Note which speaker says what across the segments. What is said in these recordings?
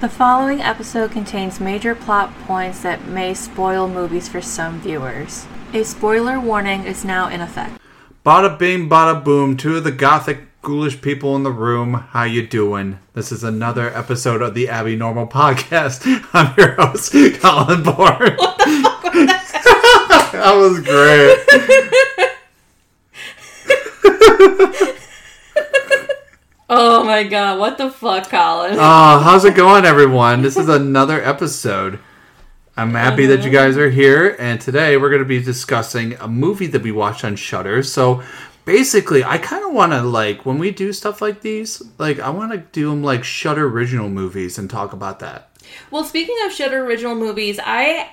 Speaker 1: The following episode contains major plot points that may spoil movies for some viewers. A spoiler warning is now in effect.
Speaker 2: Bada bing, bada boom. Two of the gothic, ghoulish people in the room. How you doing? This is another episode of the Abby Normal Podcast. I'm your host, Colin Bourne. What the fuck was that? that was great.
Speaker 3: Oh my god, what the fuck, Colin?
Speaker 2: Uh, how's it going, everyone? This is another episode. I'm happy that you guys are here, and today we're going to be discussing a movie that we watched on Shutter. So, basically, I kind of want to like when we do stuff like these, like I want to do them like Shutter original movies and talk about that.
Speaker 3: well, speaking of Shutter original movies, I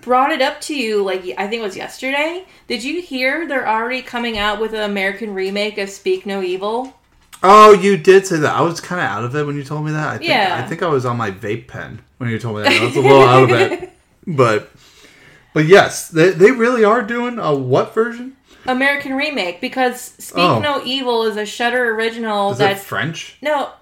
Speaker 3: brought it up to you like I think it was yesterday. Did you hear they're already coming out with an American remake of Speak No Evil?
Speaker 2: Oh, you did say that. I was kind of out of it when you told me that. I think,
Speaker 3: Yeah.
Speaker 2: I think I was on my vape pen when you told me that. I was a little out of it, but but yes, they they really are doing a what version?
Speaker 3: American remake because Speak
Speaker 2: Oh.
Speaker 3: No Evil is a Shutter original
Speaker 2: Is it
Speaker 3: that's
Speaker 2: French?
Speaker 3: no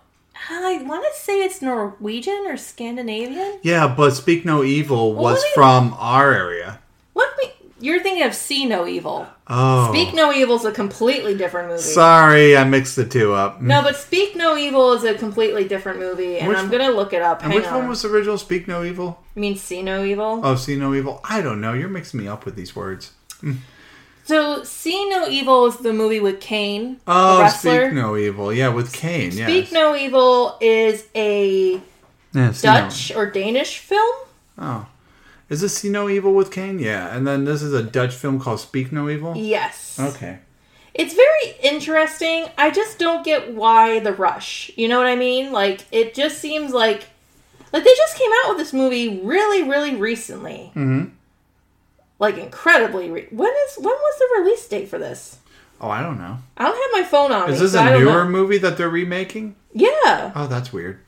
Speaker 3: I want to say it's Norwegian or Scandinavian.
Speaker 2: Yeah, but Speak No Evil was
Speaker 3: was it?
Speaker 2: from our area.
Speaker 3: What me- you're thinking of See No Evil.
Speaker 2: Oh,
Speaker 3: Speak No Evil's a completely different movie.
Speaker 2: sorry, I mixed the two up.
Speaker 3: No, but Speak No Evil is a completely different movie, and
Speaker 2: Which
Speaker 3: I'm gonna look it up.
Speaker 2: And
Speaker 3: Hang
Speaker 2: which
Speaker 3: on.
Speaker 2: one was the original? Speak No Evil.
Speaker 3: You mean See No Evil?
Speaker 2: Oh, See No Evil. I don't know. You're mixing me up with these words.
Speaker 3: So See No Evil is the movie with Kane,
Speaker 2: Oh,
Speaker 3: the wrestler.
Speaker 2: Speak No Evil. Yeah, with Kane.
Speaker 3: Speak
Speaker 2: yes.
Speaker 3: No Evil is a
Speaker 2: Yeah, See No-
Speaker 3: Dutch or Danish film.
Speaker 2: Oh. Is this See No Evil with Kane? Yeah. And then this is a Dutch film called Speak No Evil?
Speaker 3: Yes,
Speaker 2: Okay.
Speaker 3: it's very interesting. I just don't get why the rush. You know what I mean? Like it just seems like like they just came out with this movie really, really recently. Mm-hmm. Like incredibly. Re- when is when was the release date for this?
Speaker 2: Oh, I don't know.
Speaker 3: I don't have my phone on.
Speaker 2: Is
Speaker 3: me,
Speaker 2: this
Speaker 3: so I
Speaker 2: a
Speaker 3: don't
Speaker 2: newer
Speaker 3: know.
Speaker 2: movie that they're remaking?
Speaker 3: Yeah.
Speaker 2: Oh, that's weird.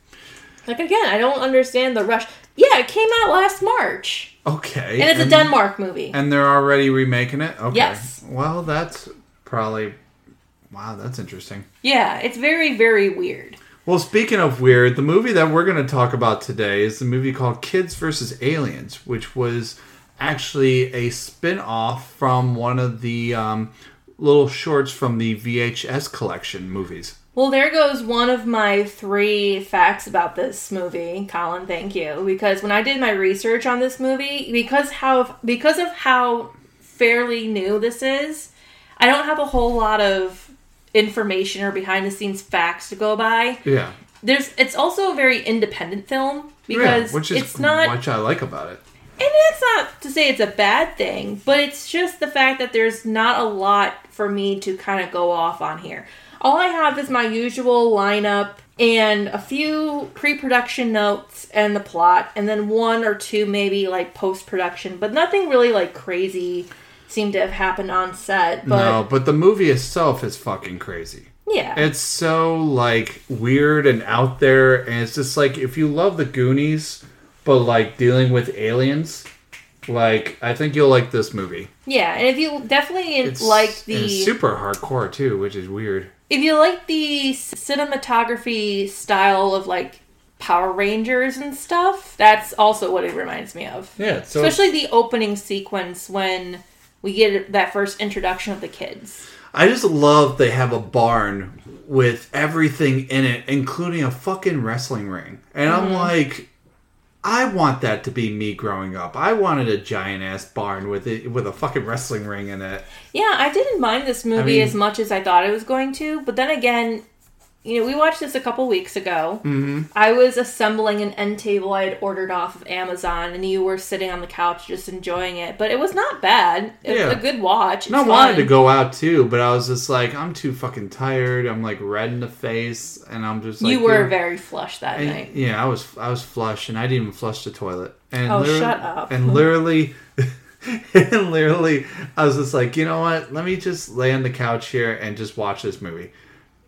Speaker 3: Like again, I don't understand the rush. Yeah, it came out last March,
Speaker 2: Okay.
Speaker 3: and it's a Denmark movie.
Speaker 2: Um, And they're already remaking it? Okay.
Speaker 3: Yes.
Speaker 2: Well, that's probably. Wow, that's interesting.
Speaker 3: yeah, it's very very weird.
Speaker 2: Well, speaking of weird, the movie that we're going to talk about today is the movie called Kids vs. Aliens, which was actually a spin off from one of the um, little shorts from the VHS collection movies.
Speaker 3: Well, there goes one of my three facts about this movie, Colin. Thank you, because when I did my research on this movie, because how because of how fairly new this is, I don't have a whole lot of information or behind the scenes facts to go by.
Speaker 2: Yeah.
Speaker 3: There's it's also a very independent film because
Speaker 2: yeah, which is
Speaker 3: it's not
Speaker 2: which I like about it.
Speaker 3: And that's not to say it's a bad thing, but it's just the fact that there's not a lot for me to kind of go off on here. All I have is my usual lineup and a few pre production notes and the plot, and then one or two maybe like post production, but nothing really like crazy seemed to have happened on set. But
Speaker 2: no, but the movie itself is fucking crazy.
Speaker 3: yeah.
Speaker 2: It's so like weird and out there, and it's just like if you love the Goonies, but like dealing with aliens, like I think you'll like this movie.
Speaker 3: yeah, and if you definitely like
Speaker 2: and
Speaker 3: the
Speaker 2: it's super hardcore too, which is weird.
Speaker 3: if you like the c- cinematography style of like Power Rangers and stuff, that's also what it reminds me of.
Speaker 2: Yeah, so
Speaker 3: Especially the opening sequence when we get that first introduction of the kids.
Speaker 2: I just love they have a barn with everything in it, including a fucking wrestling ring, and
Speaker 3: Mm-hmm.
Speaker 2: I'm like. I want that to be me growing up. I wanted a giant ass barn with it with a fucking wrestling ring in it.
Speaker 3: Yeah, I didn't mind this movie
Speaker 2: mean-
Speaker 3: as much as I thought it was going to, but then again, you know, we watched this a couple weeks ago. Mm-hmm. I was assembling an end table I had ordered off of Amazon, and you were sitting on the couch just enjoying it. But it was not bad. It
Speaker 2: Yeah.
Speaker 3: was a good watch.
Speaker 2: And I
Speaker 3: It's
Speaker 2: wanted
Speaker 3: fun.
Speaker 2: to go out too, but I was just like, I'm too fucking tired. I'm like red in the face, and I'm just like,
Speaker 3: you were
Speaker 2: know,
Speaker 3: very flush that
Speaker 2: and-
Speaker 3: night.
Speaker 2: yeah, I was, I was flush, and I didn't even flush the toilet. And
Speaker 3: Oh,
Speaker 2: literally-
Speaker 3: shut up.
Speaker 2: And literally, and literally, I was just like, you know what? Let me just lay on the couch here and just watch this movie.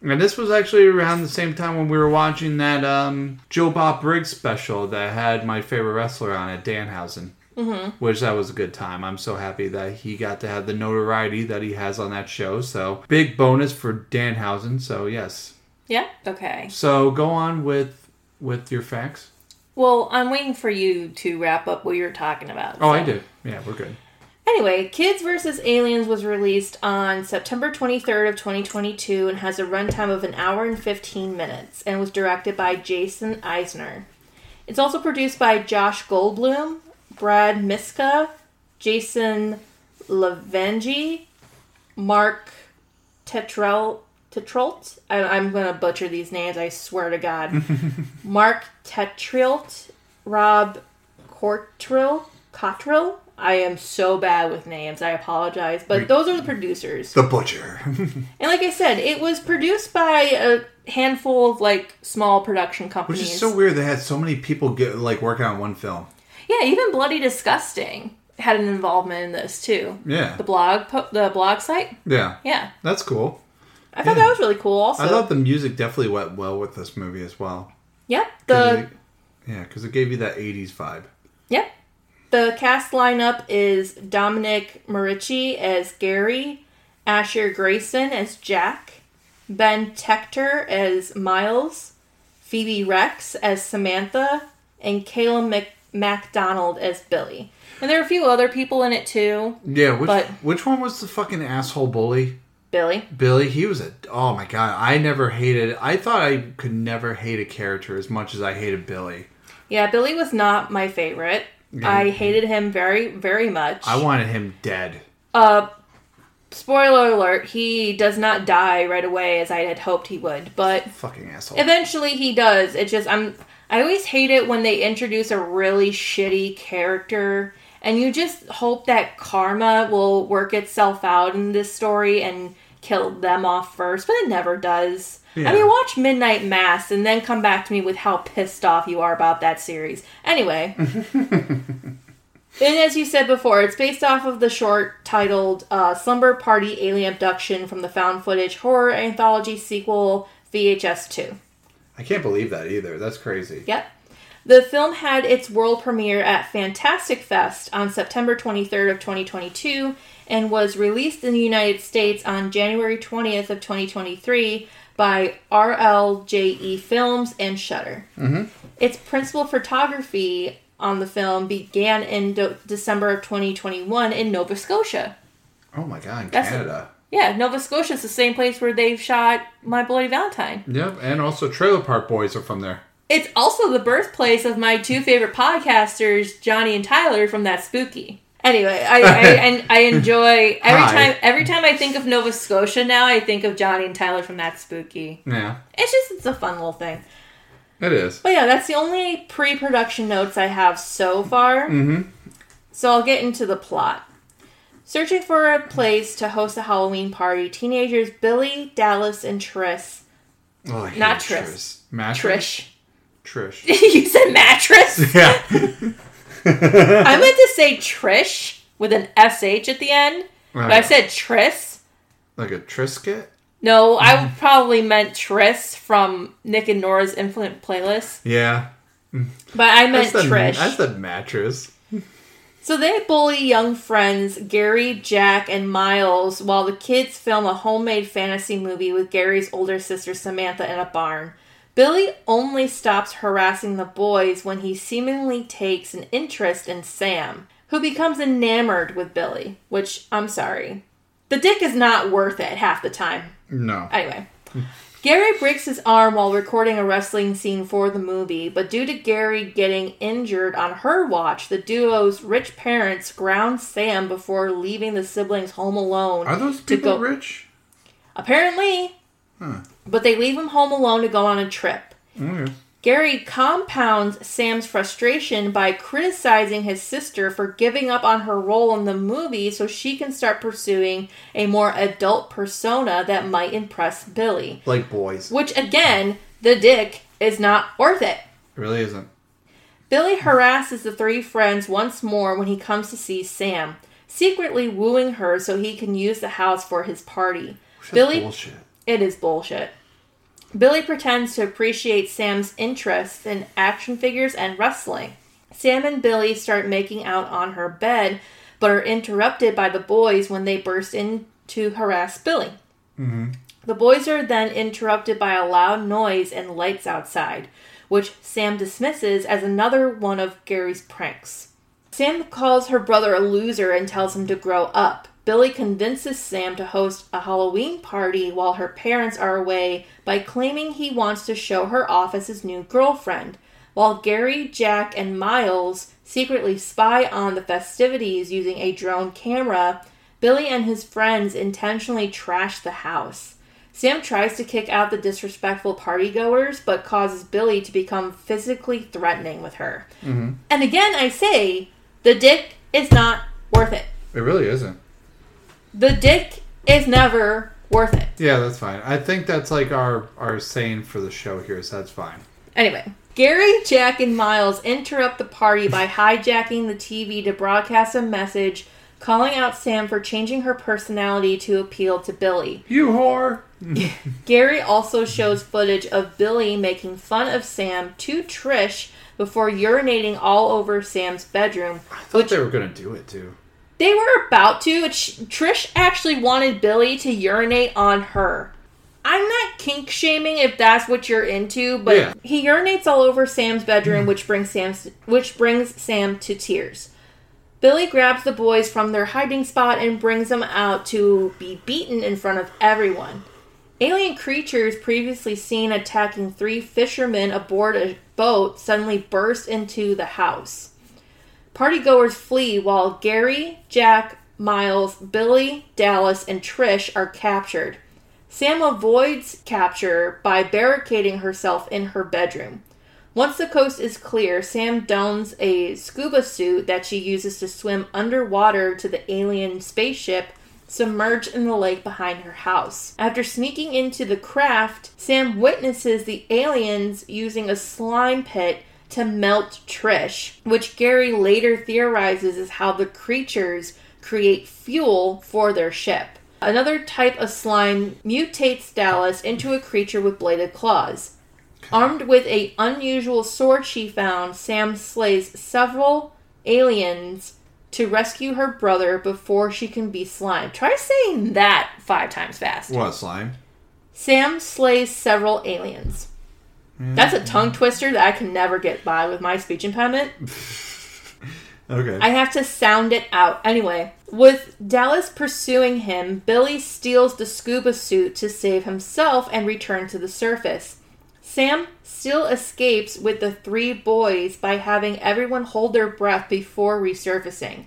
Speaker 2: And this was actually around the same time when we were watching that um, Joe Bob Briggs special that had my favorite wrestler on it, Danhausen. Mm-hmm. Which that was a good time. I'm so happy that he got to have the notoriety that he has on that show. So big bonus for Danhausen. So yes.
Speaker 3: Yeah. Okay.
Speaker 2: So go on with with your facts.
Speaker 3: Well, I'm waiting for you to wrap up what you were talking about.
Speaker 2: Oh, I
Speaker 3: so.
Speaker 2: did. Yeah, we're good.
Speaker 3: Anyway, Kids vs. Aliens was released on September 23rd of 2022 and has a runtime of an hour and 15 minutes and was directed by Jason Eisner. It's also produced by Josh Goldblum, Brad Miska, Jason Lavengi, Mark Tetrel Tetrolt. I, I'm gonna butcher these names. I swear to God. Mark Tetrilt, Rob Cortrill, Cottrill. I am so bad with names. I apologize, but those are the producers.
Speaker 2: The Butcher.
Speaker 3: And like I said, it was produced by a handful of like small production
Speaker 2: Which
Speaker 3: companies.
Speaker 2: is so weird. They had so many people get like working on one film.
Speaker 3: Yeah, even Bloody Disgusting had an involvement in this too.
Speaker 2: Yeah.
Speaker 3: The blog, po- the blog site.
Speaker 2: Yeah.
Speaker 3: Yeah,
Speaker 2: That's cool.
Speaker 3: I thought
Speaker 2: Yeah.
Speaker 3: that was really cool. Also,
Speaker 2: I thought the music definitely went well with this movie as well.
Speaker 3: yep
Speaker 2: 'Cause
Speaker 3: the
Speaker 2: it- yeah, because it gave you that 80s vibe.
Speaker 3: yep the cast lineup is Dominic Marici as Gary, Asher Grayson as Jack, Ben Tector as Miles, Phoebe Rex as Samantha, and Caleb Mc- MacDonald as Billy. And there are a few other people in it too.
Speaker 2: Yeah, which
Speaker 3: But-
Speaker 2: which one was the fucking asshole bully?
Speaker 3: Billy.
Speaker 2: Billy, he was a oh my god, I never hated I thought I could never hate a character as much as I hated Billy.
Speaker 3: Yeah, Billy was not my favorite. I hated him very, very much.
Speaker 2: I wanted him dead.
Speaker 3: uh, spoiler alert: he does not die right away as I had hoped he would, but
Speaker 2: Fucking asshole.
Speaker 3: eventually he does. It just I'm I always hate it when they introduce a really shitty character, and you just hope that karma will work itself out in this story and kill them off first, but it never does.
Speaker 2: Yeah.
Speaker 3: I mean, watch Midnight Mass and then come back to me with how pissed off you are about that series. Anyway. And as you said before, it's based off of the short titled uh, Slumber Party Alien Abduction from the found footage horror anthology sequel VHS 2.
Speaker 2: I can't believe that either. That's crazy.
Speaker 3: Yep. The film had its world premiere at Fantastic Fest on September 23rd of 2022 and was released in the United States on January 20th of 2023 by RLJE E Films and Shutter. Mm-hmm. Its principal photography on the film began in do- December of 2021 in Nova Scotia.
Speaker 2: Oh my god, in
Speaker 3: That's-
Speaker 2: Canada.
Speaker 3: Yeah, Nova Scotia is the same place where they've shot My Bloody Valentine.
Speaker 2: Yep, and also Trailer Park Boys are from there.
Speaker 3: It's also the birthplace of my two favorite podcasters, Johnny and Tyler from That Spooky. Anyway, I, I and I enjoy every
Speaker 2: Hi.
Speaker 3: time every time I think of Nova Scotia now, I think of Johnny and Tyler from That Spooky.
Speaker 2: Yeah.
Speaker 3: It's just it's a fun little thing.
Speaker 2: It is.
Speaker 3: But yeah, that's the only pre-production notes I have so far. Mm-hmm. So I'll get into the plot. Searching for a place to host a Halloween party, teenagers Billy, Dallas, and Triss.
Speaker 2: Oh, I hate
Speaker 3: Not Tris.
Speaker 2: Mattress?
Speaker 3: Trish.
Speaker 2: Trish.
Speaker 3: you said mattress?
Speaker 2: yeah.
Speaker 3: I meant to say Trish with an SH at the end, but I said Tris.
Speaker 2: like a Trisket?
Speaker 3: No, I probably meant Tris from Nick and Nora's Infinite Playlist,
Speaker 2: Yeah.
Speaker 3: but I meant
Speaker 2: the,
Speaker 3: Trish.
Speaker 2: That's the mattress.
Speaker 3: So they bully young friends Gary, Jack, and Miles while the kids film a homemade fantasy movie with Gary's older sister Samantha in a barn. Billy only stops harassing the boys when he seemingly takes an interest in Sam, who becomes enamored with Billy, which I'm sorry. The dick is not worth it half the time.
Speaker 2: No.
Speaker 3: Anyway, Gary breaks his arm while recording a wrestling scene for the movie, but due to Gary getting injured on her watch, the duo's rich parents ground Sam before leaving the siblings home alone.
Speaker 2: Are those
Speaker 3: to
Speaker 2: people
Speaker 3: go-
Speaker 2: rich?
Speaker 3: Apparently. But they leave him home alone to go on a trip.
Speaker 2: Okay.
Speaker 3: Gary compounds Sam's frustration by criticizing his sister for giving up on her role in the movie so she can start pursuing a more adult persona that might impress Billy.
Speaker 2: Like boys.
Speaker 3: Which again, the dick is not worth it.
Speaker 2: It really isn't.
Speaker 3: Billy harasses the three friends once more when he comes to see Sam, secretly wooing her so he can use the house for his party.
Speaker 2: That's
Speaker 3: Billy
Speaker 2: Bullshit.
Speaker 3: it is bullshit. Billy pretends to appreciate Sam's interests in action figures and wrestling. Sam and Billy start making out on her bed, but are interrupted by the boys when they burst in to harass Billy. The boys are then interrupted by a loud noise and lights outside, which Sam dismisses as another one of Gary's pranks. Sam calls her brother a loser and tells him to grow up. Billy convinces Sam to host a Halloween party while her parents are away by claiming he wants to show her off as his new girlfriend, while Gary, Jack, and Miles secretly spy on the festivities using a drone camera. Billy and his friends intentionally trash the house. Sam tries to kick out the disrespectful partygoers, but causes Billy to become physically threatening with her. And again, I say the dick is not worth it.
Speaker 2: It really isn't.
Speaker 3: The dick is never worth it.
Speaker 2: Yeah, that's fine. I think that's like our our saying for the show here, so that's fine.
Speaker 3: Anyway, Gary, Jack, and Miles interrupt the party by hijacking the TV to broadcast a message calling out Sam for changing her personality to appeal to Billy.
Speaker 2: You whore.
Speaker 3: Gary also shows footage of Billy making fun of Sam to Trish before urinating all over Sam's bedroom.
Speaker 2: I thought they were gonna do it too.
Speaker 3: They were about to. but sh- Trish actually wanted Billy to urinate on her. I'm not kink shaming if that's what you're into, but
Speaker 2: Yeah.
Speaker 3: he urinates all over Sam's bedroom, which brings Sam which brings Sam to tears. Billy grabs the boys from their hiding spot and brings them out to be beaten in front of everyone. Alien creatures previously seen attacking three fishermen aboard a boat suddenly burst into the house. Partygoers flee while Gary, Jack, Miles, Billy, Dallas, and Trish are captured. Sam avoids capture by barricading herself in her bedroom. Once the coast is clear, Sam dons a scuba suit that she uses to swim underwater to the alien spaceship submerged in the lake behind her house. After sneaking into the craft, Sam witnesses the aliens using a slime pit to melt Trish, which Gary later theorizes is how the creatures create fuel for their ship. Another type of slime mutates Dallas into a creature with bladed claws. Armed with a unusual sword she found, Sam slays several aliens to rescue her brother before she can be slimed. Try saying that five times fast.
Speaker 2: What slime?
Speaker 3: Sam slays several aliens. That's a tongue twister that I can never get by with my speech impediment.
Speaker 2: Okay.
Speaker 3: I have to sound it out. Anyway, with Dallas pursuing him, Billy steals the scuba suit to save himself and return to the surface. Sam still escapes with the three boys by having everyone hold their breath before resurfacing.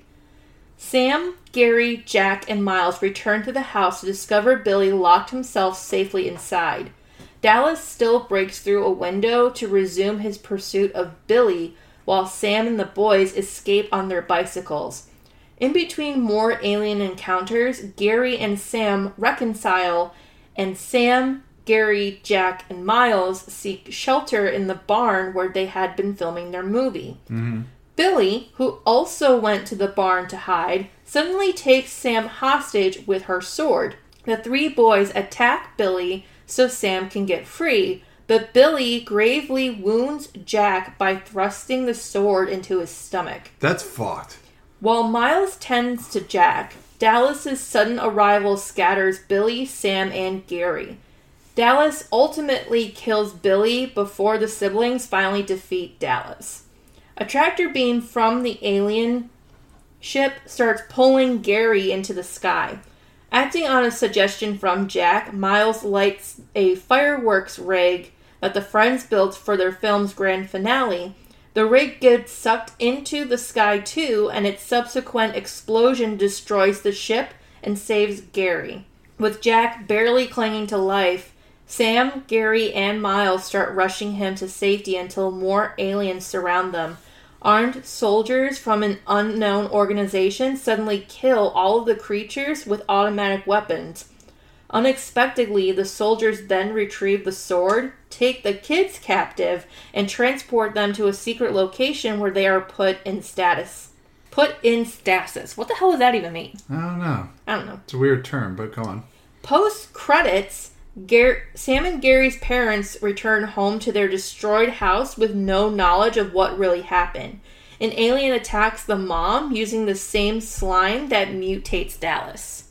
Speaker 3: Sam, Gary, Jack, and Miles return to the house to discover Billy locked himself safely inside. Dallas still breaks through a window to resume his pursuit of Billy while Sam and the boys escape on their bicycles. In between more alien encounters, Gary and Sam reconcile, and Sam, Gary, Jack, and Miles seek shelter in the barn where they had been filming their movie. Billy, who also went to the barn to hide, suddenly takes Sam hostage with her sword. The three boys attack Billy so Sam can get free, but Billy gravely wounds Jack by thrusting the sword into his stomach.
Speaker 2: that's fucked.
Speaker 3: While Miles tends to Jack, Dallas's sudden arrival scatters Billy, Sam, and Gary. Dallas ultimately kills Billy before the siblings finally defeat Dallas. A tractor beam from the alien ship starts pulling Gary into the sky. Acting on a suggestion from Jack, Miles lights a fireworks rig that the friends built for their film's grand finale. The rig gets sucked into the sky too, and its subsequent explosion destroys the ship and saves Gary. With Jack barely clinging to life, Sam, Gary, and Miles start rushing him to safety until more aliens surround them. Armed soldiers from an unknown organization suddenly kill all of the creatures with automatic weapons. Unexpectedly, the soldiers then retrieve the sword, take the kids captive, and transport them to a secret location where they are put in status. Put in stasis. What the hell does that even mean?
Speaker 2: I don't know.
Speaker 3: I don't know.
Speaker 2: It's a weird term, but go on.
Speaker 3: Post credits, Gar- Sam and Gary's parents return home to their destroyed house with no knowledge of what really happened. An alien attacks the mom using the same slime that mutates Dallas.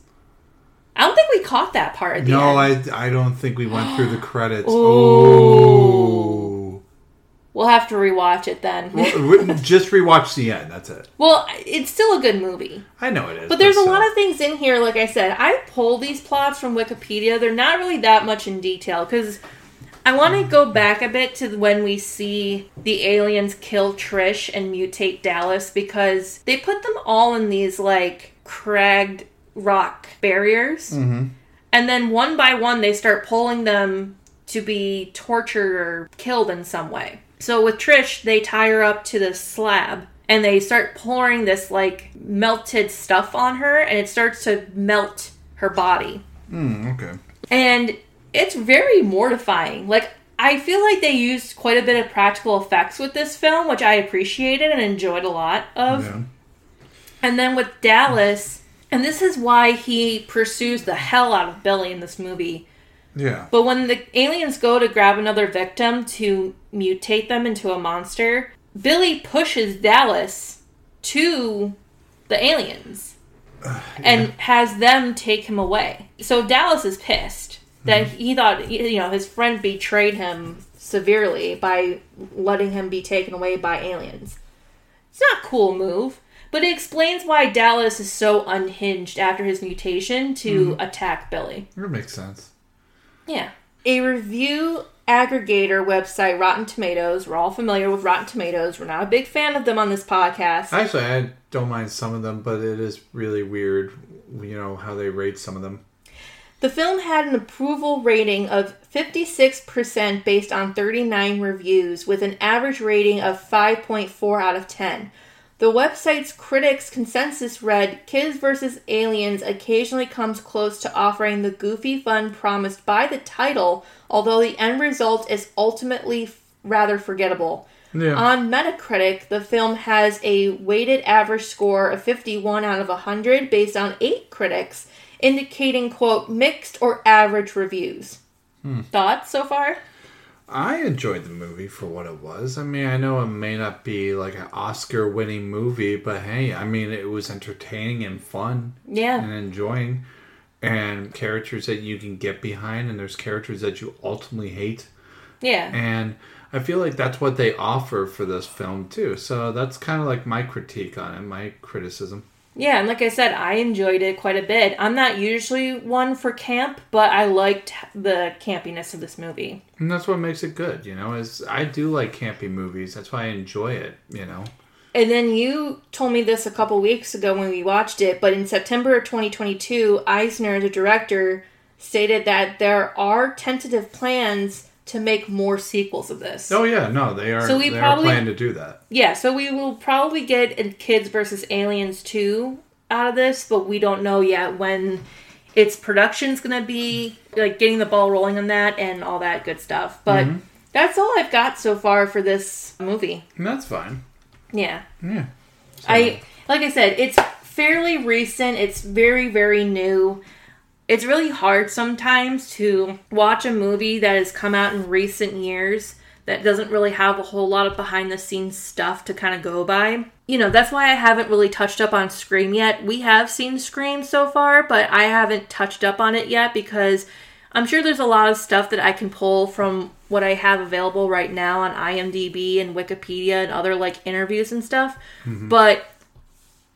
Speaker 3: I don't think we caught that part at the
Speaker 2: No,
Speaker 3: end.
Speaker 2: I I don't think we went through the credits.
Speaker 3: Ooh.
Speaker 2: Ooh.
Speaker 3: We'll have to rewatch it then. Well,
Speaker 2: Oh. Well, we- just rewatch the end. That's it.
Speaker 3: it's still a good movie.
Speaker 2: I know it is.
Speaker 3: But there's a
Speaker 2: still.
Speaker 3: lot of things in here, like I said. I pulled these plots from Wikipedia. They're not really that much in detail because I want to go back a bit to when we see the aliens kill Trish and mutate Dallas because they put them all in these like cragged rock barriers. And then one by one, they start pulling them to be tortured or killed in some way. So with Trish, they tie her up to this slab and they start pouring this like melted stuff on her and it starts to melt her body.
Speaker 2: Mm, okay.
Speaker 3: And it's very mortifying. Like, I feel like they used quite a bit of practical effects with this film, which I appreciated and enjoyed a lot of.
Speaker 2: Yeah.
Speaker 3: And then with Dallas, and this is why he pursues the hell out of Billy in this movie.
Speaker 2: Yeah.
Speaker 3: But when the aliens go to grab another victim to mutate them into a monster, Billy pushes Dallas to the aliens and has them take him away. So Dallas is pissed that he thought, you know, his friend betrayed him severely by letting him be taken away by aliens. It's not a cool move. But it explains why Dallas is so unhinged after his mutation to attack Billy.
Speaker 2: That makes sense.
Speaker 3: Yeah. A review aggregator website, Rotten Tomatoes. We're all familiar with Rotten Tomatoes. We're not a big fan of them on this podcast.
Speaker 2: Actually, I don't mind some of them, but it is really weird, you know, how they rate some of them.
Speaker 3: The film had an approval rating of 56% based on 39 reviews, with an average rating of 5.4 out of 10. The website's critics' consensus read Kids vs. Aliens occasionally comes close to offering the goofy fun promised by the title, although the end result is ultimately f- rather forgettable.
Speaker 2: Yeah.
Speaker 3: On Metacritic, the film has a weighted average score of 51 out of 100 based on 8 critics, indicating quote mixed or average reviews. Thoughts so far?
Speaker 2: I enjoyed the movie for what it was. I mean, I know it may not be like an Oscar winning movie, but hey, I mean, it was entertaining and fun and
Speaker 3: Yeah.
Speaker 2: enjoying, and characters that you can get behind, and there's characters that you ultimately hate.
Speaker 3: Yeah.
Speaker 2: And I feel like that's what they offer for this film, too. So that's kind of like my critique on it, my criticism.
Speaker 3: Yeah, and like I said, I enjoyed it quite a bit. I'm not usually one for camp, but I liked the campiness of this movie.
Speaker 2: And that's what makes it good, you know, is I do like campy movies. That's why I enjoy it, you know.
Speaker 3: And then you told me this a couple weeks ago when we watched it, but in September of 2022, Eisner, the director, stated that there are tentative plans to make more sequels of this.
Speaker 2: Oh yeah, no, they are
Speaker 3: So we
Speaker 2: they
Speaker 3: probably-
Speaker 2: are planning to do that.
Speaker 3: Yeah, so we will probably get a Kids versus Aliens 2 out of this, but we don't know yet when its production's going to be, like getting the ball rolling on that and all that good stuff. But that's all I've got so far for this movie.
Speaker 2: And that's fine.
Speaker 3: Yeah.
Speaker 2: Yeah.
Speaker 3: I like I said, it's fairly recent. It's very very new. It's really hard sometimes to watch a movie that has come out in recent years that doesn't really have a whole lot of behind the scenes stuff to kind of go by. You know, that's why I haven't really touched up on Scream yet. We have seen Scream so far, but I haven't touched up on it yet because I'm sure there's a lot of stuff that I can pull from what I have available right now on IMDb and Wikipedia and other like interviews and stuff. But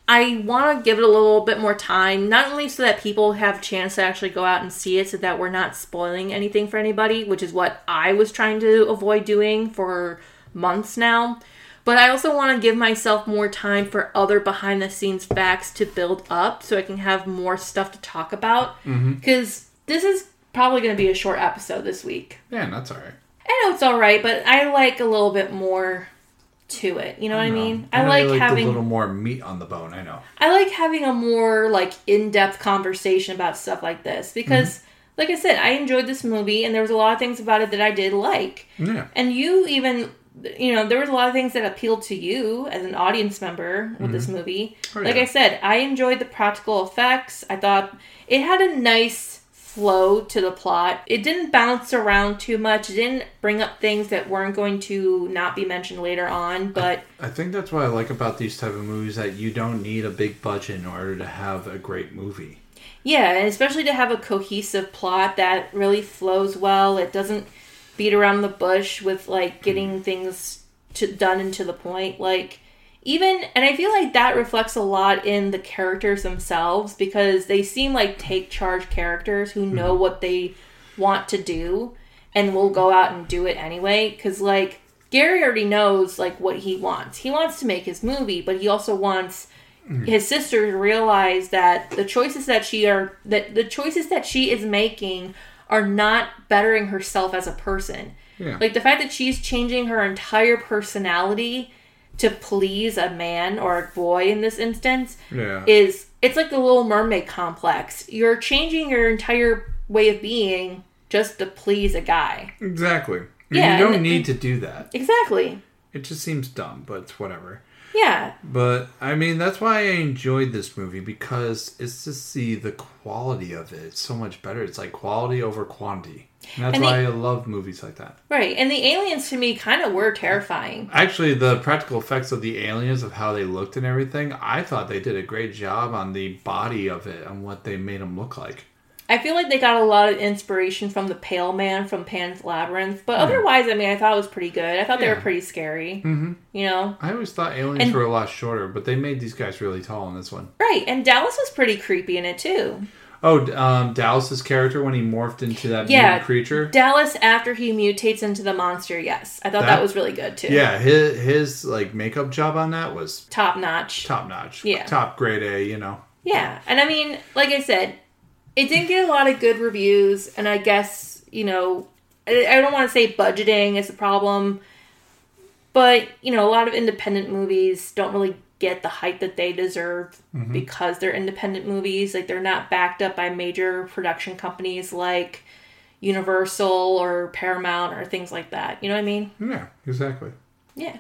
Speaker 3: I want to give it a little bit more time, not only so that people have a chance to actually go out and see it, so that we're not spoiling anything for anybody, which is what I was trying to avoid doing for months now. But I also want to give myself more time for other behind the scenes facts to build up so I can have more stuff to talk about. Because this is probably going to be a short episode this week.
Speaker 2: Yeah, and that's all right.
Speaker 3: I know it's all right, but I like a little bit more to it. You know what I mean? I
Speaker 2: And
Speaker 3: like
Speaker 2: really
Speaker 3: having
Speaker 2: a little more meat on the bone, I know.
Speaker 3: I like having a more like in-depth conversation about stuff like this because like I said, I enjoyed this movie and there was a lot of things about it that I did like.
Speaker 2: Yeah.
Speaker 3: And you even you know, there was a lot of things that appealed to you as an audience member with this movie.
Speaker 2: Oh,
Speaker 3: like
Speaker 2: yeah.
Speaker 3: I said, I enjoyed the practical effects. I thought it had a nice flow to the plot. It didn't bounce around too much. It didn't bring up things that weren't going to not be mentioned later on, but
Speaker 2: I think that's what I like about these type of movies that you don't need a big budget in order to have a great movie.
Speaker 3: Yeah, and especially to have a cohesive plot that really flows well. It doesn't beat around the bush with like getting things to, done and to the point. Like even and I feel like that reflects a lot in the characters themselves because they seem like take charge characters who know what they want to do and will go out and do it anyway cuz like Gary already knows like what he wants. He wants to make his movie, but he also wants his sister to realize that the choices that she are that the choices that she is making are not bettering herself as a person.
Speaker 2: Yeah.
Speaker 3: Like the fact that she's changing her entire personality to please a man or a boy in this instance
Speaker 2: Yeah.
Speaker 3: is it's like the little mermaid complex. You're changing your entire way of being just to please a guy.
Speaker 2: exactly. And
Speaker 3: Yeah,
Speaker 2: you don't
Speaker 3: and-
Speaker 2: need to do that.
Speaker 3: Exactly.
Speaker 2: It just seems dumb, but it's whatever.
Speaker 3: Yeah.
Speaker 2: But I mean, that's why I enjoyed this movie because it's to see the quality of it. It's so much better. It's like quality over quantity. And that's
Speaker 3: And
Speaker 2: why
Speaker 3: they-
Speaker 2: I love movies like that.
Speaker 3: Right. And the aliens to me kind of were terrifying.
Speaker 2: Actually, the practical effects of the aliens, of how they looked and everything, I thought they did a great job on the body of it and what they made them look like.
Speaker 3: I feel like they got a lot of inspiration from the Pale Man from Pan's Labyrinth, but otherwise, I mean, I thought it was pretty good. I thought they
Speaker 2: Yeah.
Speaker 3: were pretty scary. Mm-hmm. You know,
Speaker 2: I always thought aliens
Speaker 3: And-
Speaker 2: were a lot shorter, but they made these guys really tall in this one.
Speaker 3: right? And Dallas was pretty creepy in it too.
Speaker 2: Oh, d- um, Dallas's character when he morphed into that
Speaker 3: Yeah.
Speaker 2: mutant creature.
Speaker 3: Dallas after he mutates into the monster, yes, I thought that,
Speaker 2: That-
Speaker 3: was really good too.
Speaker 2: Yeah, his his like makeup job on that was
Speaker 3: top notch.
Speaker 2: top notch.
Speaker 3: Yeah.
Speaker 2: top grade A. You know.
Speaker 3: Yeah, and I mean, like I said, it didn't get a lot of good reviews, and I guess you know, I I don't want to say budgeting is a problem, but you know, a lot of independent movies don't really get the hype that they deserve because they're independent movies. Like they're not backed up by major production companies like Universal or Paramount or things like that. You know what I mean?
Speaker 2: Yeah, exactly.
Speaker 3: Yeah.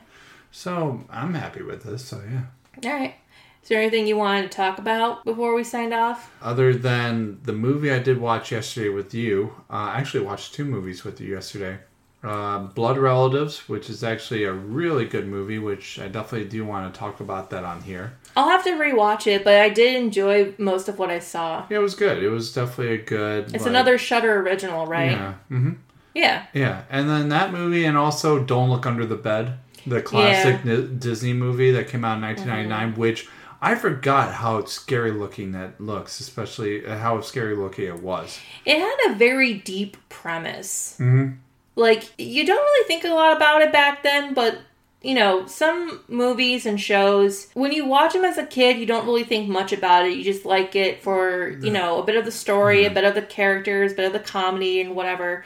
Speaker 2: So I'm happy with this. So yeah.
Speaker 3: All right. Is there anything you wanted to talk about before we signed off?
Speaker 2: Other than the movie I did watch yesterday with you, uh, I actually watched two movies with you yesterday. Uh, Blood Relatives, which is actually a really good movie, which I definitely do want to talk about that on here.
Speaker 3: I'll have to rewatch it, but I did enjoy most of what I saw.
Speaker 2: Yeah, it was good. It was definitely a good.
Speaker 3: It's
Speaker 2: like-
Speaker 3: another Shutter original, right?
Speaker 2: Yeah. hmm
Speaker 3: Yeah.
Speaker 2: Yeah, and then that movie, and also Don't Look Under the Bed, the classic Ni- Disney movie that came out in 1999,
Speaker 3: Uh-huh.
Speaker 2: which I forgot how scary looking that looks, especially uh, how scary looking it was.
Speaker 3: It had a very deep premise.
Speaker 2: Mhm.
Speaker 3: Like you don't really think a lot about it back then, but you know, some movies and shows when you watch them as a kid, you don't really think much about it. You just like it for, you know, a bit of the story, a bit of the characters, a bit of the comedy and whatever.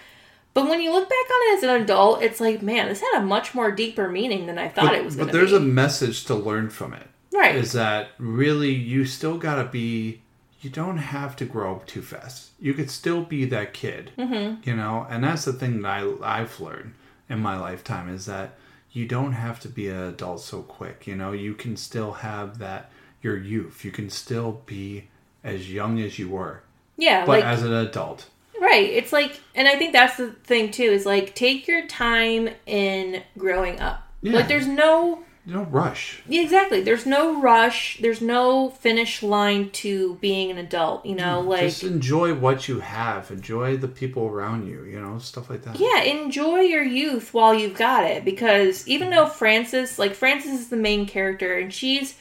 Speaker 3: But when you look back on it as an adult, it's like, man, this had a much more deeper meaning than I thought
Speaker 2: But,
Speaker 3: it was
Speaker 2: but
Speaker 3: going to
Speaker 2: there's a
Speaker 3: be.
Speaker 2: message to learn from it.
Speaker 3: right.
Speaker 2: Is that really you still gotta be? You don't have to grow up too fast. You could still be that kid,
Speaker 3: Mm-hmm.
Speaker 2: you know. And that's the thing that I I've learned in my lifetime is that you don't have to be an adult so quick. You know, you can still have that your youth. You can still be as young as you were,
Speaker 3: yeah,
Speaker 2: but
Speaker 3: like
Speaker 2: as an adult.
Speaker 3: Right. It's like, and I think that's the thing too is like, take your time in growing up.
Speaker 2: Yeah.
Speaker 3: Like, there's no,
Speaker 2: No rush.
Speaker 3: yeah, exactly, there's no rush, there's no finish line to being an adult, you know? Like,
Speaker 2: Mm, Just enjoy what you have. Enjoy the people around you. You know, stuff like that.
Speaker 3: yeah, enjoy your youth while you've got it because even though Frances, like, Frances is the main character and she's,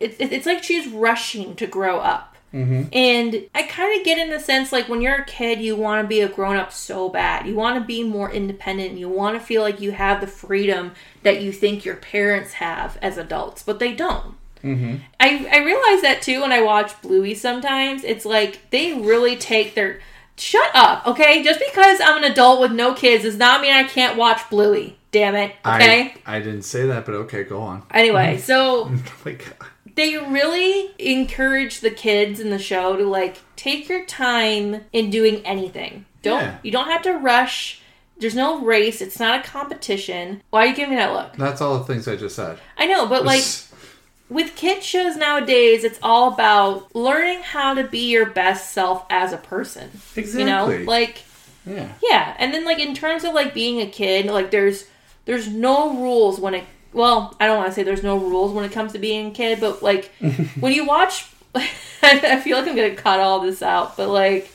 Speaker 3: it, it- it's like she's rushing to grow up. Mm-hmm. And I kind of get in the sense like when you're a kid, you want to be a grown up so bad. You want to be more independent. You want to feel like you have the freedom that you think your parents have as adults, but they don't. I, I realize that too when I watch Bluey sometimes. It's like they really take their. Shut up, okay? Just because I'm an adult with no kids does not mean I can't watch Bluey. Damn it, okay?
Speaker 2: I, I didn't say that, but okay, go on. Oh
Speaker 3: Anyway, so
Speaker 2: like
Speaker 3: they really encourage the kids in the show to like take your time in doing anything. Don't
Speaker 2: Yeah.
Speaker 3: you don't have to rush. There's no race. It's not a competition. Why are you giving me that look?
Speaker 2: that's all the things I just said.
Speaker 3: I know, but like with kid shows nowadays, it's all about learning how to be your best self as a person.
Speaker 2: exactly.
Speaker 3: You know, like
Speaker 2: yeah,
Speaker 3: yeah, and then like in terms of like being a kid, like there's there's no rules when it well, I don't want to say there's no rules when it comes to being a kid, but like when you watch I feel like I'm going to cut all this out, but like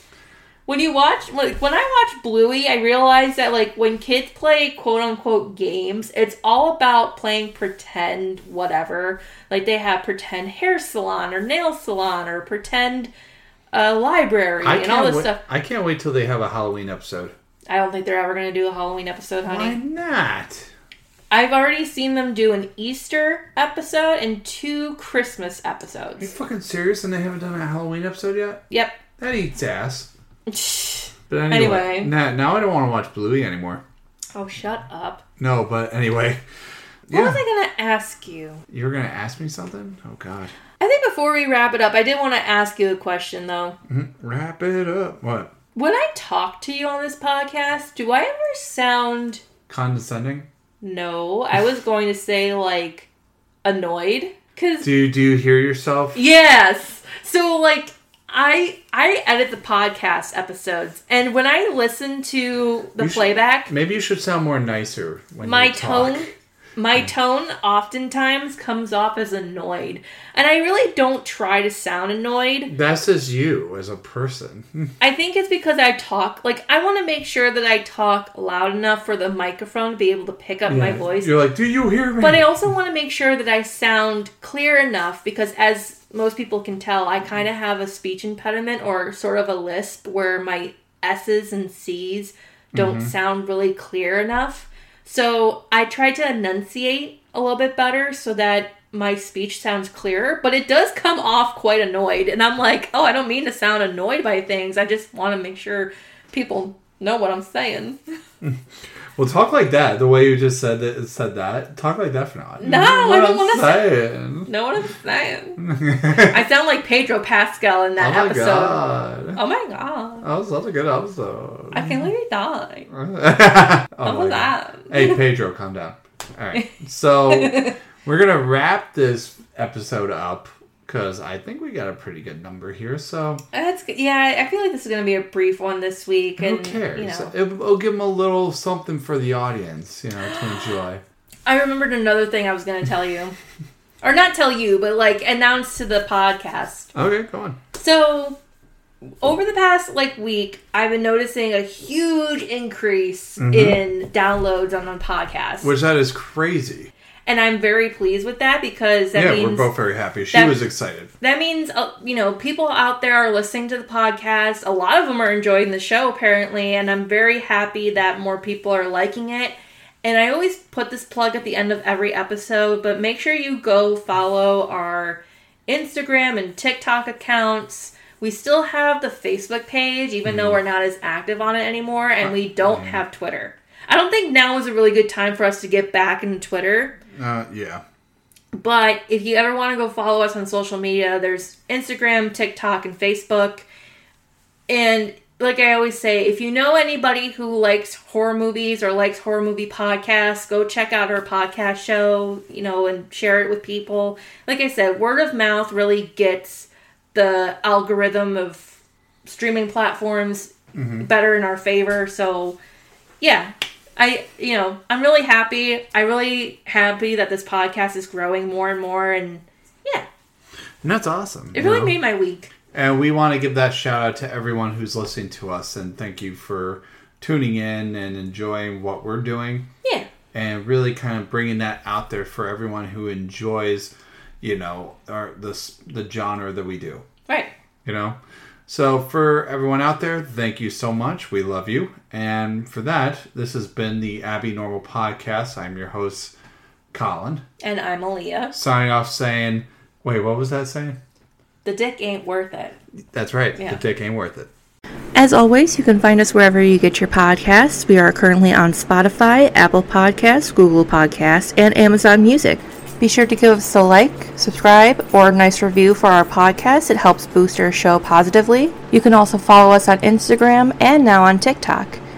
Speaker 3: when you watch like when I watch Bluey, I realize that like when kids play quote unquote games, it's all about playing pretend whatever. Like they have pretend hair salon or nail salon or pretend uh, library
Speaker 2: I
Speaker 3: and all this
Speaker 2: wait,
Speaker 3: stuff.
Speaker 2: I can't wait till they have a Halloween episode.
Speaker 3: I don't think they're ever gonna do a Halloween episode, honey.
Speaker 2: Why not?
Speaker 3: I've already seen them do an Easter episode and two Christmas
Speaker 2: Are you
Speaker 3: episodes.
Speaker 2: fucking serious? And they haven't done a Halloween episode yet?
Speaker 3: Yep.
Speaker 2: That eats ass. But anyway,
Speaker 3: Anyway.
Speaker 2: Nah, now I don't want to watch Bluey anymore.
Speaker 3: Oh, shut up.
Speaker 2: No, but anyway.
Speaker 3: What
Speaker 2: Yeah,
Speaker 3: was I gonna ask you?
Speaker 2: you were gonna ask me something? Oh God,
Speaker 3: I think before we wrap it up, I did want to ask you a question though.
Speaker 2: wrap it up. What?
Speaker 3: When I talk to you on this podcast, do I ever sound
Speaker 2: Condescending?
Speaker 3: no? I was going to say like annoyed cuz
Speaker 2: Do do you hear yourself?
Speaker 3: yes. So like I I edit the podcast episodes and when I listen to the
Speaker 2: You should-
Speaker 3: playback,
Speaker 2: Maybe you should sound more nicer when
Speaker 3: my
Speaker 2: you talk. Mm.
Speaker 3: tone my tone oftentimes comes off as annoyed. And I really don't try to sound annoyed.
Speaker 2: That's just you as a person.
Speaker 3: I think it's because I talk like I want to make sure that I talk loud enough for the microphone to be able to pick up my
Speaker 2: Yeah.
Speaker 3: voice.
Speaker 2: You're like, do you hear me?
Speaker 3: But I also want to make sure that I sound clear enough because as most people can tell, I kind of have a speech impediment or sort of a lisp where my S's and C's don't sound really clear enough. So I try to enunciate a little bit better so that my speech sounds clearer, but it does come off quite annoyed. And I'm like, oh, I don't mean to sound annoyed by things. I just want to make sure people know what I'm saying.
Speaker 2: well, talk like that. The way you just said that, said that. Talk like that for now.
Speaker 3: No, I don't wanna
Speaker 2: to.
Speaker 3: Know what I'm saying? I sound like Pedro Pascal in
Speaker 2: Oh
Speaker 3: that
Speaker 2: my
Speaker 3: episode.
Speaker 2: god,
Speaker 3: Oh my god.
Speaker 2: that was such a good episode.
Speaker 3: I feel like I died.
Speaker 2: oh my
Speaker 3: What was
Speaker 2: God.
Speaker 3: that?
Speaker 2: Hey, Pedro, calm down. All right. So we're going to wrap this episode up because I think we got a pretty good number here. So
Speaker 3: That's good. Yeah, I feel like this is gonna be a brief one this week.
Speaker 2: who
Speaker 3: And,
Speaker 2: cares?
Speaker 3: You know,
Speaker 2: it, will give them a little something for the audience, you know, to enjoy.
Speaker 3: I remembered another thing I was gonna tell you, or not tell you, but like announce to the podcast.
Speaker 2: Okay, go on.
Speaker 3: So, over the past like week, I've been noticing a huge increase in downloads on, on podcasts,
Speaker 2: Mm-hmm. Which that is crazy.
Speaker 3: and I'm very pleased with that because that
Speaker 2: yeah,
Speaker 3: means
Speaker 2: we're both very happy. She
Speaker 3: that-
Speaker 2: was excited.
Speaker 3: that means uh, you know people out there are listening to the podcast a lot of them are enjoying the show apparently and i'm very happy that more people are liking it and i always put this plug at the end of every episode but make sure you go follow our instagram and tiktok accounts we still have the facebook page even though we're not as active on it anymore and we don't have twitter i don't think now is a really good time for us to get back into twitter
Speaker 2: Uh, yeah.
Speaker 3: but if you ever want to go follow us on social media, there's Instagram, TikTok, and Facebook. And like I always say, if you know anybody who likes horror movies or likes horror movie podcasts, go check out our podcast show, you know, and share it with people. Like I said, word of mouth really gets the algorithm of streaming platforms better in our favor. So, yeah i you know i'm really happy i really happy that this podcast is growing more and more and yeah
Speaker 2: And that's awesome.
Speaker 3: it
Speaker 2: you
Speaker 3: really
Speaker 2: know?
Speaker 3: made my week
Speaker 2: And we want to give that shout out to everyone who's listening to us and thank you for tuning in and enjoying what we're doing.
Speaker 3: yeah
Speaker 2: and really kind of bringing that out there for everyone who enjoys, you know, our this the genre that we do,
Speaker 3: right
Speaker 2: you know. So for everyone out there, thank you so much. We love you. And for that, this has been the Abby Normal podcast. I'm your host Colin,
Speaker 3: and i'm aaliyah
Speaker 2: signing off saying, "Wait, what was that saying?"
Speaker 3: the dick ain't worth it
Speaker 2: That's right.
Speaker 3: Yeah.
Speaker 2: The dick ain't worth it.
Speaker 4: As always, you can find us wherever you get your podcasts. We are currently on Spotify, Apple Podcasts, Google Podcasts, and Amazon Music. Be sure to give us a like, subscribe, or a nice review for our podcast. It helps boost our show positively. You can also follow us on Instagram and now on TikTok.